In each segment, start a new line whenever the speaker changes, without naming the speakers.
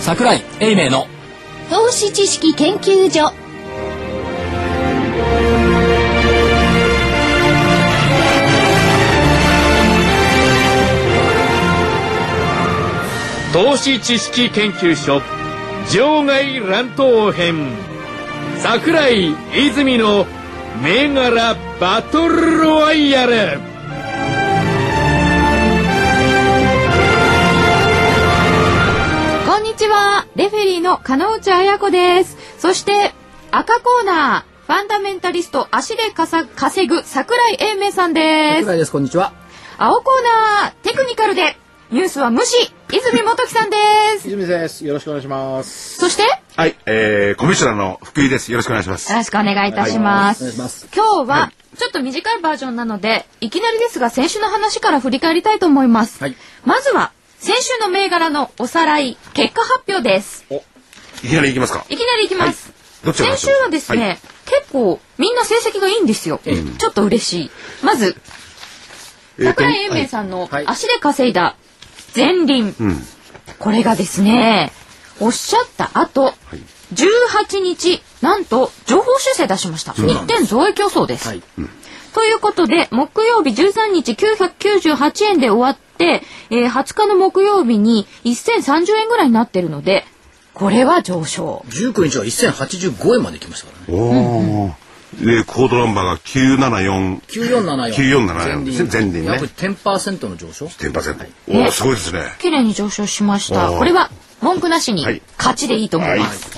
桜井英明の
投資知識研究所
投資知識研究所場外乱闘編桜井泉の銘柄バトルロワイヤル
こんにちは。レフェリーの金内彩子です。そして、赤コーナー、ファンダメンタリスト、足でかさ稼ぐ桜井英明さんです。
桜井ですこんにちは
青コーナー、テクニカルで、ニュースは無視、泉元樹さんです。
泉です。よろしくお願いします。
そして、よ
はい、えー、コミッショナーの福井です。よろしくお願いします。
ろしくお願いいたしま
お願いし
す。
ます
今日は、ちょっと短いバージョンなので、いきなりですが、先週の話から振り返りたいと思います。
はい
まずは、先週の銘柄のおさらい、結果発表です。
いきなり行きますか。
いきなりいきます。
どっちが
先週はですね、
は
結構みんな成績がいいんですよ。ちょっと嬉しい。まず、
えーと
桜井英明さんの
はい
足で稼いだ前輪。
うん。
これがですね、おっしゃった後、18日、なんと情報修正出しました。
うなん
一
で
点増益予想です。
はい
ということで、木曜日13日998円で終わって、えー20日の木曜日に1030円ぐらいになってるので、これは上昇。
19日は1085円まで来ましたからね
おー。で、コードナンバーが974。
9474
9474ですね前輪ね
約10%の上昇
10%。
はい
おー、すごいですね。
綺麗に上昇しました。
おー
これは文句なしに
はい
勝ちでいいと思
はいい
ます。。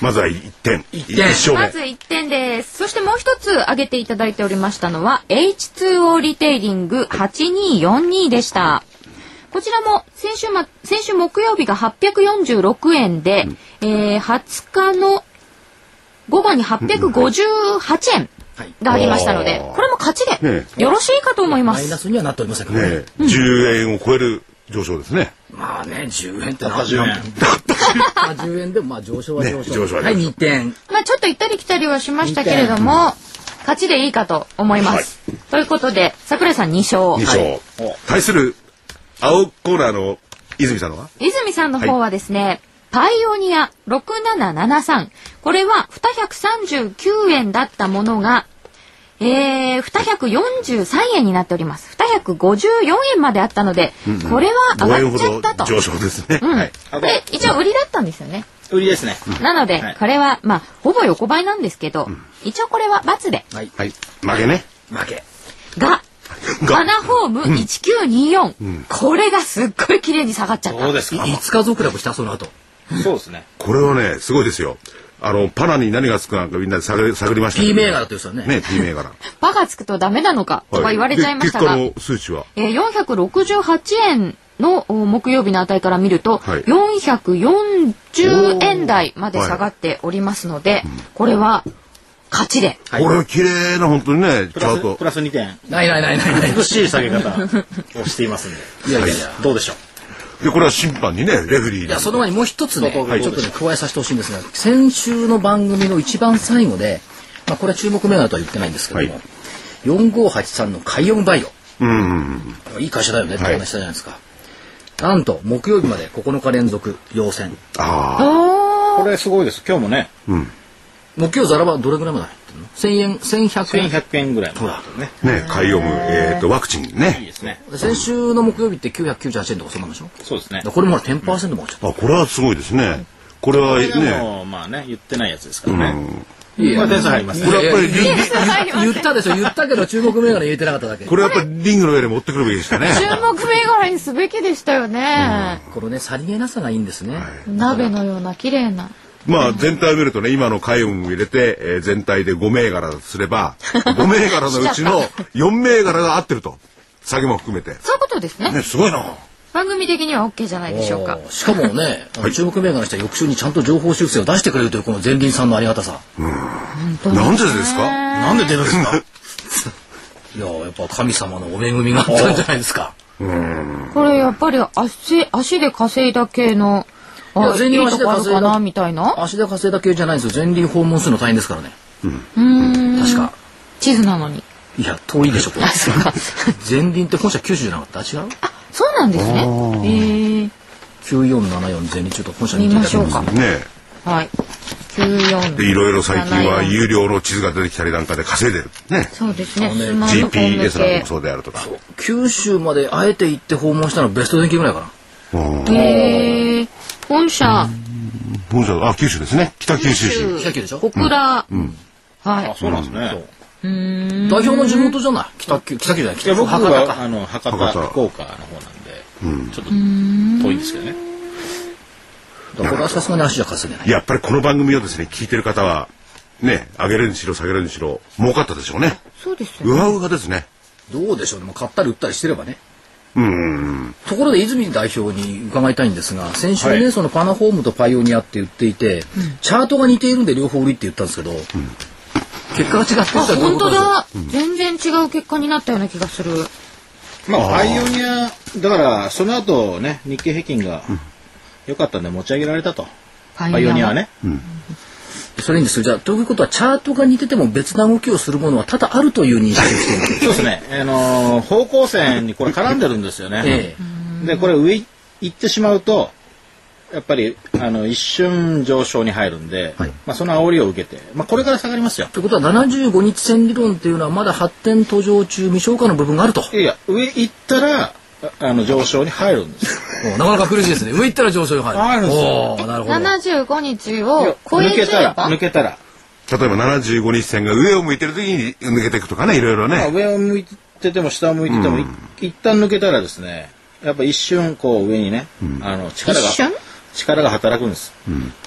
まずは1点。
一点
一勝
まず
目。
1点です。そしてもう一つ挙げていただいておりましたのは H2O リテイリング8242でした。こちらも先週,、ま、先週木曜日が846円で、えー20日の午後に858円
はい
がありましたので、
おー
これも勝ちで
ね
よろしいかと思いま
マイナ
す。
スにはなっておりませんからね
ねえ、10円を超える上昇ですね。
まあね10円ってな
80円。
10円でもまあ上昇は上昇,、
ね上昇は上昇
はい2点
まあちょっと行ったり来たりはしましたけれども、勝ちでいいかと思います。ということで、桜井さん2勝。
2
は
勝。対する、青コーナーの泉さんのは
泉さんの方はですね、パイオニア6773。これは239円だったものが、えー、243円になっております。254円まであったので、これは
5
上
円
がっ
ほ
ちゃった
ど
と。
上昇ですね。
うん
はい。
これ一応売りだったんですよね。
売りですね。
なので、
はい
これは、まあ、ほぼ横ばいなんですけど、一応これは×で。
はい
はい。負けね。
負け
が、
が
アナホーム1924、これがすっごい綺麗に下がっちゃった。
どうですか。
5日続落したその後
そうですね。
これはね、すごいですよ。あの、パナに何がつくかなんかみんなで探り探りましたけ
P
ど。
銘柄という人はね
ね、P 銘柄。
バがつくとダメなの か、とか言われちゃいましたが。
で結果の数値は
えー、468円のお木曜日の値から見ると、
はい
440円台まで下がっておりますので、これは勝ち で。
これは綺麗な本当にねチ
プ
ャ
ラ
ー
ス
ト
プラス2点。
ないないないないない
美しい下げ方をしていますんで。
いやいやいや
どうでしょう。
でこれは審判にねレフェリー
いや、その前にもう一つね、ちょ
はい
っとね、加えさせてほしいんですが、先週の番組の一番最後で、まあ、これは注目銘柄とは言ってないんですけども、
はい
4583の海運バイ
うんうん
オ、いい会社だよねって話したじゃないですか。なんと、木曜日まで9日連続陽線。
ああ
おー
これすごいです。今日もね、
木曜ザラはどれぐらいまで入ってるの ?1000 円、1100円。
1100円ぐらいのね。
ね海洋ムえっとワクチン
いい
ね
ですね。
先週の木曜日って998円とかそんなんでしょ
そうですね。
これもほら10%も上がっちゃっ
あこれはすごいですねこれは
これが
ね
もうまあね言ってないやつですからね。
た。い
これ点数入ります
こ
ね。
れはやっぱりリン
言ったでしょ言ったけど注目銘柄言えてなかっただけ。
これはやっぱりリングの上に持ってくるべきでしたね
注目銘柄にすべきでしたよね。
このね、さりげなさがいいんですね。
鍋のような綺麗な。
まあ全体を見るとね今の海運を入れてえー全体で5銘柄すれば5銘柄のうちの4銘柄が合ってると下げも含めて
そういうことですね。
ねすごいな
番組的には OK じゃないでしょうか
お。ーしかもね、あの注目銘柄の人は翌週にちゃんと情報修正を出してくれるというこの前輪さんのありがたさ。
なんでですか
なんで出るんですか。
いやーやっぱ神様のお恵みがあったんじゃないですか。
これやっぱり足、足で稼いだ系の、
い
あ
や
いいとこあるかな、
だ
みたいな
足で稼いだ系じゃないんですよ。前輪訪問するの大変ですからね。確か。
地図なのに。
いや、遠いでしょ、これ
あ、。そうか。
前輪って本社九州じゃなかった違う
そうなんですね。えー
9474ゼミちょっと本社に
見
行って
ま
い
したょ
だ
う
き
か
ま。
ね
はい。94。
で、いろいろ最近は有料の地図が出てきたりなんかで稼いでる。ね。
そうですね。
あのね
スマートフォン
GPS なんかも
向
そうであるとか。
す九州まであえて行って訪問したのはベスト電気ぐらいかな
うん
け。へえ。本社、
本社、あ、九州ですね。北九州市。
北九州でしょ
小倉。はい。
そうなんですね。
代表の地元じゃない北九北九州じゃない
い
北
や、
九州
僕
博多
は、
か
あの、博
博多
多、福岡の方なんで、ちょっと遠いんですけどね。
だからさすがに足じゃ稼げない
やっぱりこの番組をですね、聞いてる方は、ね、上げるにしろ下げるにしろ、儲かったでしょうね。
そうですよ。
うわうわですね。
どうでしょうでも買ったり売ったりしてればね
うん。
ところで泉代表に伺いたいんですが先週ね、
はい
そのパナホームとパイオニアって言っていて、チャートが似ているんで両方売りって言ったんですけど、結果が違って
あ、
たらどういう
本
こと
当
ですか
だ。全然違う結果になったような気がする。
まあ、パイオニア、だから、その後ね、日経平均が良かったんで持ち上げられたと。
パ
パイオニアはね。
それいいんですよじゃあということはチャートが似てても別な動きをするものは多々あるという認識をしている
そうですね。あのー、方向線にこれ絡んでるんですよね。
え
で、これ上い行ってしまうと、やっぱり、あの、一瞬上昇に入るんで、
はい
まあ、その煽りを受けて、まあ、これから下がりますよ。
ということは75日線理論っていうのはまだ発展途上中未消化の部分があると
いやいや、上行ったら、ああの、上昇に入るんですよ。
おなかなか苦しいですね上行ったら上昇に入
あるんですよ
おーなるほど
75日を超え
抜け
れ
たら、
ば
抜けたら、
例えば75日線が上を向いてる時に抜けていくとかね、いろいろ
まあ、
ね。
上を向いてても下を向いてても、い一旦抜けたらですねやっぱ一瞬こう上にね、あの力が
一瞬
力が働くんです、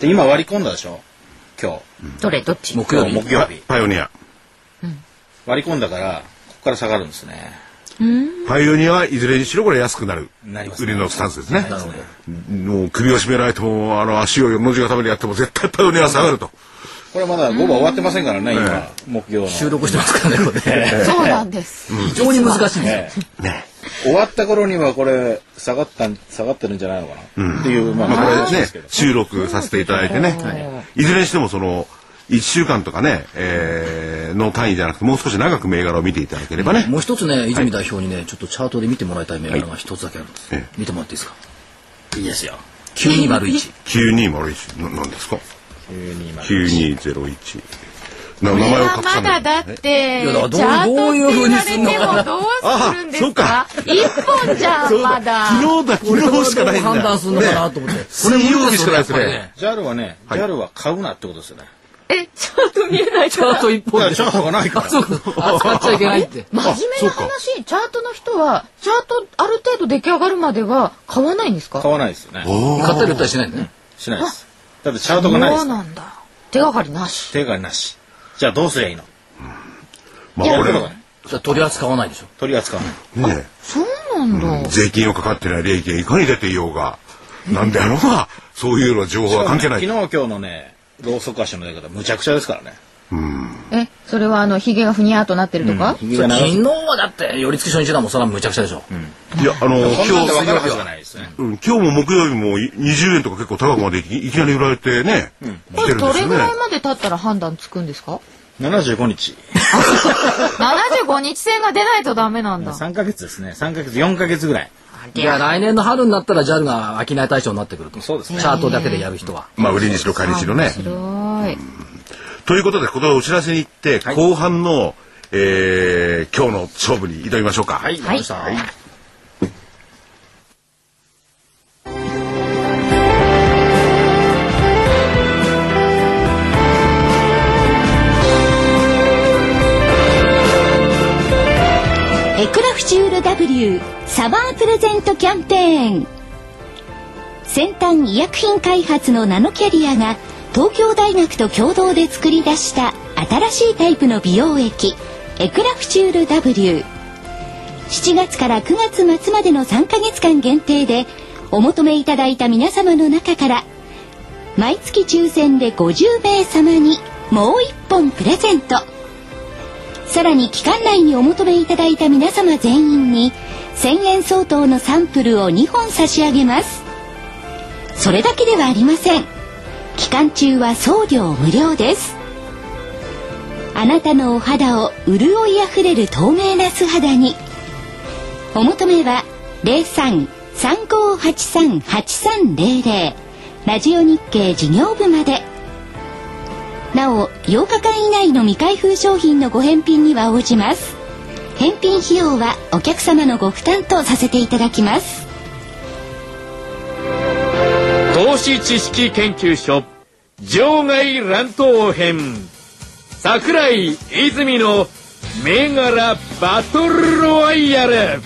で今割り込んだでしょ今
どれどっち
木曜
日、
日
木曜日
パイオニア。
割り込んだからここから下がるんですね
パイオニアはいずれにしろこれ安くなる。
なります
売りのスタンスですね
な。るほど
もう首を絞めないともう、あの、足を四の字固めでやっても絶対パイオニアは下がると。
これまだ午後終わってませんからね、今目標の
収録してますからねこれね
そうなんです。
非常に難しいんですよ
ええ終わった頃にはこれ下がったん下がってるんじゃないのかな、っていうまあ
まあこれ
で
ね
すけど、
収録させていただいてね、い、ずれにしてもその、1週間とかね、えーの単位じゃなくて、もう少し長く銘柄を見ていただければね、
もう一つね、泉代表にね、ちょっとチャートで見てもらいたい銘柄が一つだけあるんです。
え
見てもらっていいですかいいですよ。9201。
9201、ななんですか9201。な名
これ
前を
は
隠
ま
さな
だ
い。
だって、
い
チ
や
ャ
だからどう
ート
どういう風
って言わ
に
れ
す
て
ん
も
のかな
どうするんです
あ
か一本じゃん、まだ。
昨日だ、昨日しかないんだ。
判断するのかなと思って。これ
水曜日しかないですね
無理よやっぱり
JAL はね JAL は買うなってことですよね
え、チャート見えない
チャ
から
ー。ト一
い
本
や
で。
チャートがないから
そうか扱っちゃいけないって。
真面目な話、チャートの人は、チャートある程度出来上がるまでは買わないんですか
買わないですよね
おー
買ったり売ったりしないんだね。
しないです。だってチャートがないで
そう
す。
なんだ。手がかりなし。
手がなし。じゃあどうすりゃいいの
ま
や
あ、
る
これ、
ことがない
ね。
だから取り扱わないでしょ。
取り扱わない。
そうなんだ。
税金をかかってない利益がいかに出ていようが、なんであろうが、そういうような情報は関係な
昨
い。
日今日のね、ローソク足の出方、むちゃくちゃですからね。
え、それはあの、ヒゲがふにゃーとなってるとか
ひげが
昨
長い。
日はだって、寄り付き初日だもん、それはむちゃくちゃでしょ。
いや、あ
こ
の、
んなんで
今
分
日
か、るはずがないですね。
うん、今日も木曜日もい20円とか結構高くまでいきいきなり売られてね、来て
え、
るんで
ど
す
れ
よ
ぐ
ね
らい。まで経ったら判断つくんですか
75日。
?75 日線が出ないとダメなんだ。
3ヶ月ですね。3ヶ月、4ヶ月ぐらい。
いや、来年の春になったら JAL が商い対象になってくると。
そうですね
チャートだけでやる人は。
まあ、売りにしろ買いにしろ
面
ね。
白い。
ということで、このお知らせに行って、後半の、えー今日の勝負に挑みましょうか。
はい、わかりました。はい
エクラフチュール W サマープレゼントキャンペーン先端医薬品開発のナノキャリアが東京大学と共同で作り出した新しいタイプの美容液エクラフチュール W 7月から9月末までの3ヶ月間限定でお求めいただいた皆様の中から毎月抽選で50名様にもう1本プレゼントさらに期間内にお求めいただいた皆様全員に1000円相当のサンプルを2本差し上げますそれだけではありません期間中は送料無料ですあなたのお肌を潤いあふれる透明な素肌にお求めは3583-8300ラジオ日経事業部までなお8日間以内の未開封商品のご返品には応じます返品費用はお客様のご負担とさせていただきます
投資知識研究所場外乱闘編桜井泉の銘柄バトルロワイヤル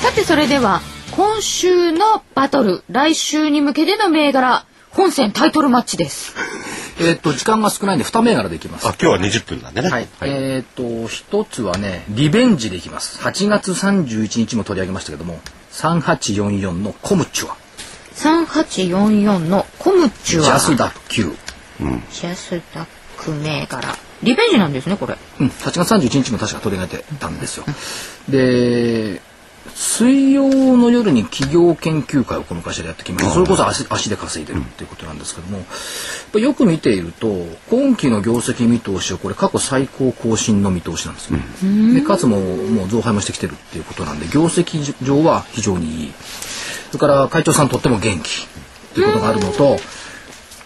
さてそれでは今週のバトル来週に向けての銘柄本戦タイトルマッチです
えっと、時間が少ないんで、2銘柄でいきます。
あ、今日は20分なんでね。
はい。えっと、一つはね、リベンジでいきます。8月31日も取り上げましたけども、3844のコムチュア、
3844のコムチュ
ジ
ア
ャスダック級。
ジャスダック銘柄リベンジなんですねこれ
うん、8月31日も確か取り上げてたんですよ。で、水曜の夜に企業研究会をこの会社でやってきました。それこそ足足で稼いでるっていうことなんですけども、やっぱよく見ていると、今期の業績見通しはこれ過去最高更新の見通しなんですよ。で、かつももう増配もしてきてるっていうことなんで、業績上は非常にいい。それから会長さんとっても元気っていうことがあるのと、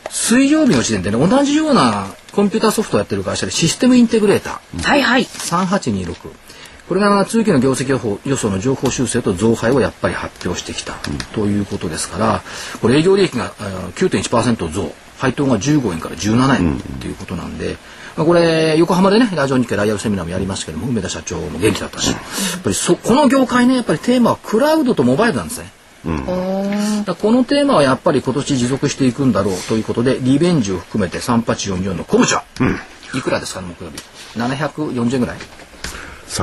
水曜日の時点でね、同じようなコンピューターソフトをやってる会社でシステムインテグレーター。
はいはい
3826これが通期の業績予報予想の情報修正と増配をやっぱり発表してきた、ということですからこれ営業利益があー9.1%増配当が15円から17円っていうことなんで、まあ、これ横浜でねラジオ日経ライアルセミナーもやりましたけども梅田社長も元気だったし、やっぱりそこの業界ねやっぱりテーマはクラウドとモバイルなんですね。だからこのテーマはやっぱり今年持続していくんだろうということでリベンジを含めて3844のコムチャ、いくらですかね木曜日740円ぐらい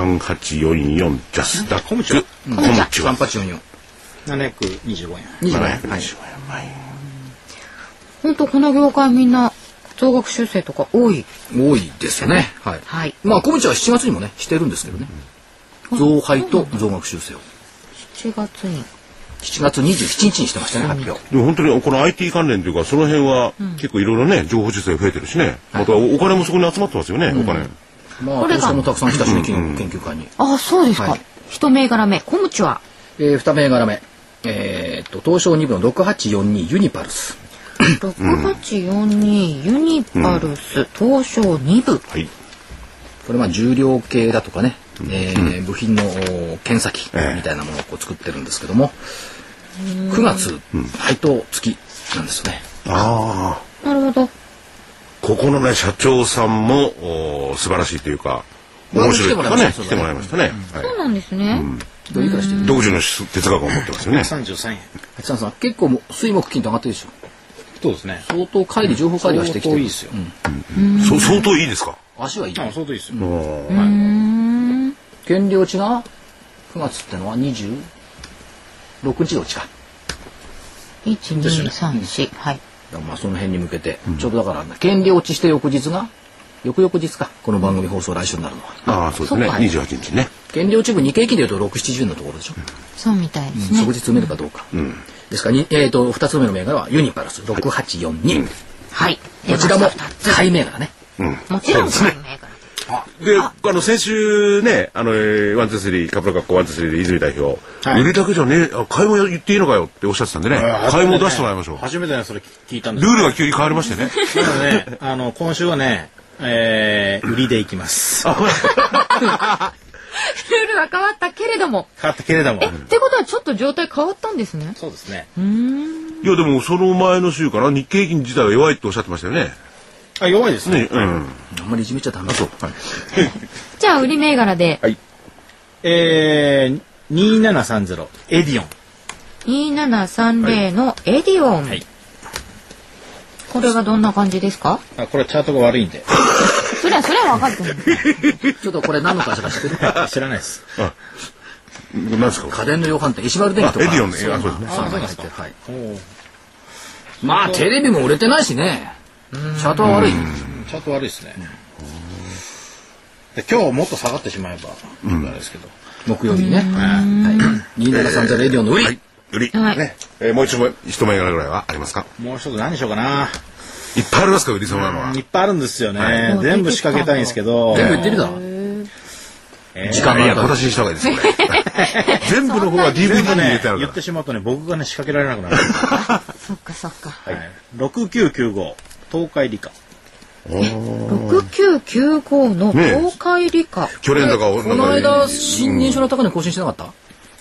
3844ジャスダック。コムチュア。コムチュア。
3844
725円。
25円はい
725円前
ほんとこの業界みんな増額修正とか多い
多いですねはい、
はい
まあ小道は7月にもねしてるんですけどね増配と増額修正を
7月に
7月27日にしてましたね発表
でも本当にこの IT 関連というかその辺は結構いろいろね情報修正増えてるしね、またお金もそこに集まってますよね、お金
まあ
これ
投
が
資家もたくさん来たしね研究会に、
ああそうですか、
はい
一銘柄目コムチュア
えー、2銘柄目えーっと東証2部の6842ユニパルス
6842ユニパルス東証2部
はい
これまあ重量計だとかね、えー部品のお検査機みたいなものをこう作ってるんですけども、9月配当付きなんですよね、
ああ
なるほど
ここのね社長さんもおー素晴らしいというか
まあ
面白いというかね
来
来
て
て
も
も
ら
ら
いま
いましたね、
そう
は
なんですね、
どういくらしてる
い、独自の哲学を持ってますよね
33円。
八さんさん結構もう水木金と上がってるでしょ
そうですね。
相当乖離情報乖離はしてきてる、
相当いいですよ
うん
そ相当いいですか
足はいい
あ、相当いいですよ。
おー
減量値が9月ってのは26日どっちか
1234はい
だからまあその辺に向けて、ちょうどだから減量値して翌日が翌々日かこの番組放送来週になるのは
ああそうですね
そうか
28日ね
減量値分日経平均でいうと670のところでしょ、
そうみたいですね、
即日埋めるかどうか、ですからに、えー、と2つ目の銘柄はユニパルス6842、こ
はい
ちらも
出ました
買い銘柄ね
もちろんそういう銘柄
であの先週ねあの、えー、ワンツースリーカップル学校ワンツースリーで泉代表、売りだけじゃねえあ買い物言っていいのかよっておっしゃってたんでね、買い物出してもらいましょう
初めてね、それ聞いたんです
ルールが急に変わりましてね
なのでね、あの、今週はね、えー、売りでいきます。
あほら
ルールは変わったけれども
買ったけれども。
ってことはちょっと状態変わったんですね
そうですね。
いやでもその前の週から日経平均自体は弱いっておっしゃってましたよね。
あ、弱いですね。
ね、うん。
あんまりいじめちゃダメそう、はい、
じゃあ売り銘柄で
えー、2730、エディオン。
2730のエディオン、
はい
これはどんな感じですか
あ、これチャートが悪いん で。
そりゃそりゃ分かると思う
ちょっとこれ何の会社か知ってる
知らないです。
なんですか。
家電の量販店石丸電機とか
あエディオンね
そういうの
あそう
そういうの
ですね
入ってるはいまあテレビも売れてないしねチャートは悪い
チャート悪いですね。で今日もっと下がってしまえば、あれですけど。
木曜日ねはい2730エディオンの売
は
り
い。売り。
はい
ね。えーもう一枚一枚柄ぐらいはありますか。
もう一つ何にしようかな。
いっぱいありますか売りそうなのは。
いっぱいあるんですよ
は
ね
い。
全部仕掛けたいんですけど。
全部売ってみたら
えー
時間があ
い
る
や
か
今
ら
年にした方がいいです。これ 全部の方は DVD
全
に
部
入れ
ね
てあ、る
言っ
か
てしまうとね、僕がね、仕掛けられなくなる。
そっかそっか。
はい、6995、東海理科。
6995の
ねえ
東海理科。
去年だから
この間新認証の高値更新してなかった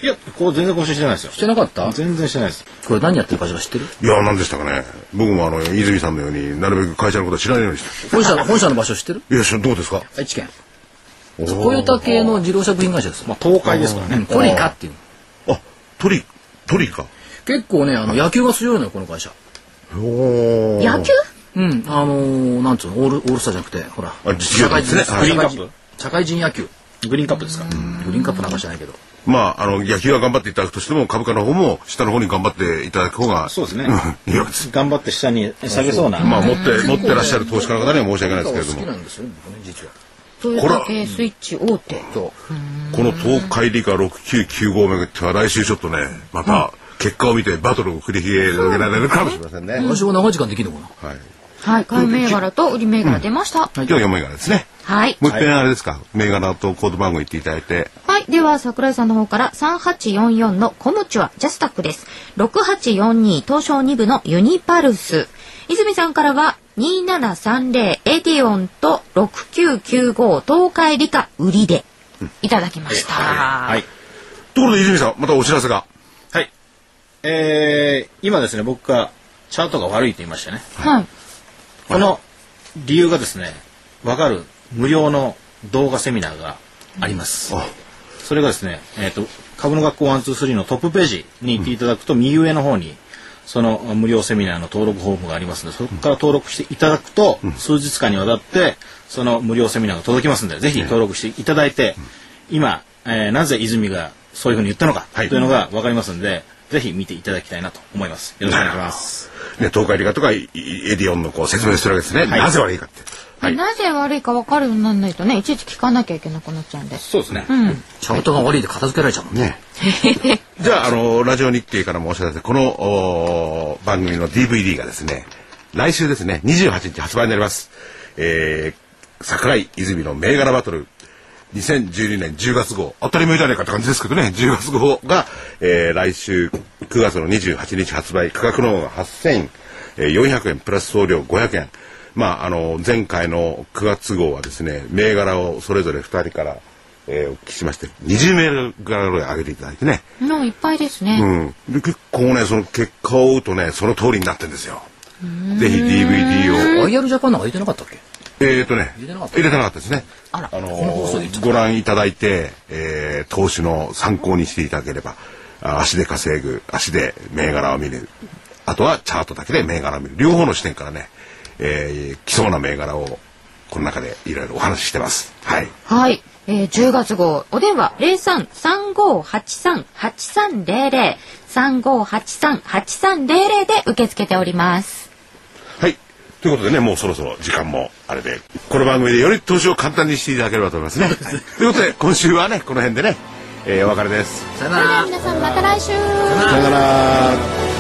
いや、こう全然更新してないですよ
し。てなかった
全然してないです。
これ何やってる会社か知ってる
いや、何でしたかね。僕もあの、泉さんのように、なるべく会社のことは知らないようにし
本 社本社の場所知ってる
て。いや、しどうですか
愛知県トヨタ系の自動車部品会社ですよ、
まあ、東海ですから
う
ね
ん、。トリカっていう
あ、トリ、トリか。
結構ねあの野球が強いのよこの会社
おー
野球
うんあのーなんつうのオールオールスターじゃなくてほら
あ実業団ですね
社
はい
グリ
会
ーン
人
カ
社会人
ップ
社会人野球
グリーンカップですか
グリーンカップなんかじゃないけど
まあ、あの、野球は頑張っていただくとしても、株価の方も下の方に頑張っていただく方が、
そうですね
んいや、別に
頑張って下に下げそうな。
まあ、持って、持ってらっしゃる投資家の方には申し訳ないですけれど
好き
も
な、んですよね僕ね実は
トヨタ系スイッチ大手。
そう
この東海理科6995めぐっては来週ちょっとね、また、結果を見てバトルを繰り広げられるかもしれませんね。
私も長い時間できるのかな
はい。
はい、買い銘柄と売り銘柄出ました。
今日は4銘柄ですね。
はい。
もう一遍あれですか、銘柄とコード番号言っていただいて、
はい。では、桜井さんの方から3844のコムチュア、ジャスタックです。6842、東証2部のユニパルス。泉さんからは、2730、エディオンと6995、東海理科、売りで、いただきました。
はい。
ところで泉さん、またお知らせが。
はい。えー、今ですね、僕がチャートが悪いと言いましたね。
はい。
この理由がですね、わかる無料の動画セミナーがあります。それがですね、えっ、と、株の学校123のトップページに行っていただくと、右上の方に、その無料セミナーの登録フォームがありますので、そこから登録していただくと、数日間にわたって、その無料セミナーが届きますので、ぜひ登録していただいて、今、えーなぜ泉がそういうふうに言ったのか、というのがわかりますので、ぜひ見ていただきたいなと思います。よろしくお願いします。
ね、東海理科とかいいエディオンのこう説明するわけですね。なぜ悪いかって。はい。
なぜ悪いか分かるようにならないとね、いちいち聞かなきゃいけなくなっちゃうんで。
そうですね。
チャートが悪いで片付けられちゃうもんね
ね。じゃあ、あの、ラジオ日経からもお知らせ、このおー番組の DVD がですね、来週ですね、28日発売になります。えー、桜井泉の銘柄バトル、2012年10月号、当たり前じゃないかって感じですけどね、10月号が、えー、来週9月の28日発売、価格の方が8400円、プラス送料500円。まあ、あの、前回の9月号はですね、銘柄をそれぞれ2人から、えーお聞きしまして、20銘柄ぐらい上げていただいてね。
もういっぱいですね。
うん。で、結構ね、その結果を追うとね、その通りになってんですよ。ぜひ DVD を。
IR ジャパンなんか入れてなかったっけ
えーとね、
入れてなかった
入れてなかったですね。
あら
のー
この放送で言っちゃった
ご覧いただいて、えー投資の参考にしていただければ、あ足で稼ぐ、足で銘柄を見る。あとはチャートだけで銘柄を見る。両方の視点からね、えー、来そうな銘柄を、この中でいろいろお話ししてます。はい。
はい。えー、10月号、お電話、03-3583-8300、3583-8300で受け付けております。
はい。ということでね、もうそろそろ時間もあれで、この番組でより投資を簡単にしていただければと思いますね。はいということで、今週はね、この辺でね、えーお別れです。
さよなら
皆さんまた来週
さよなら。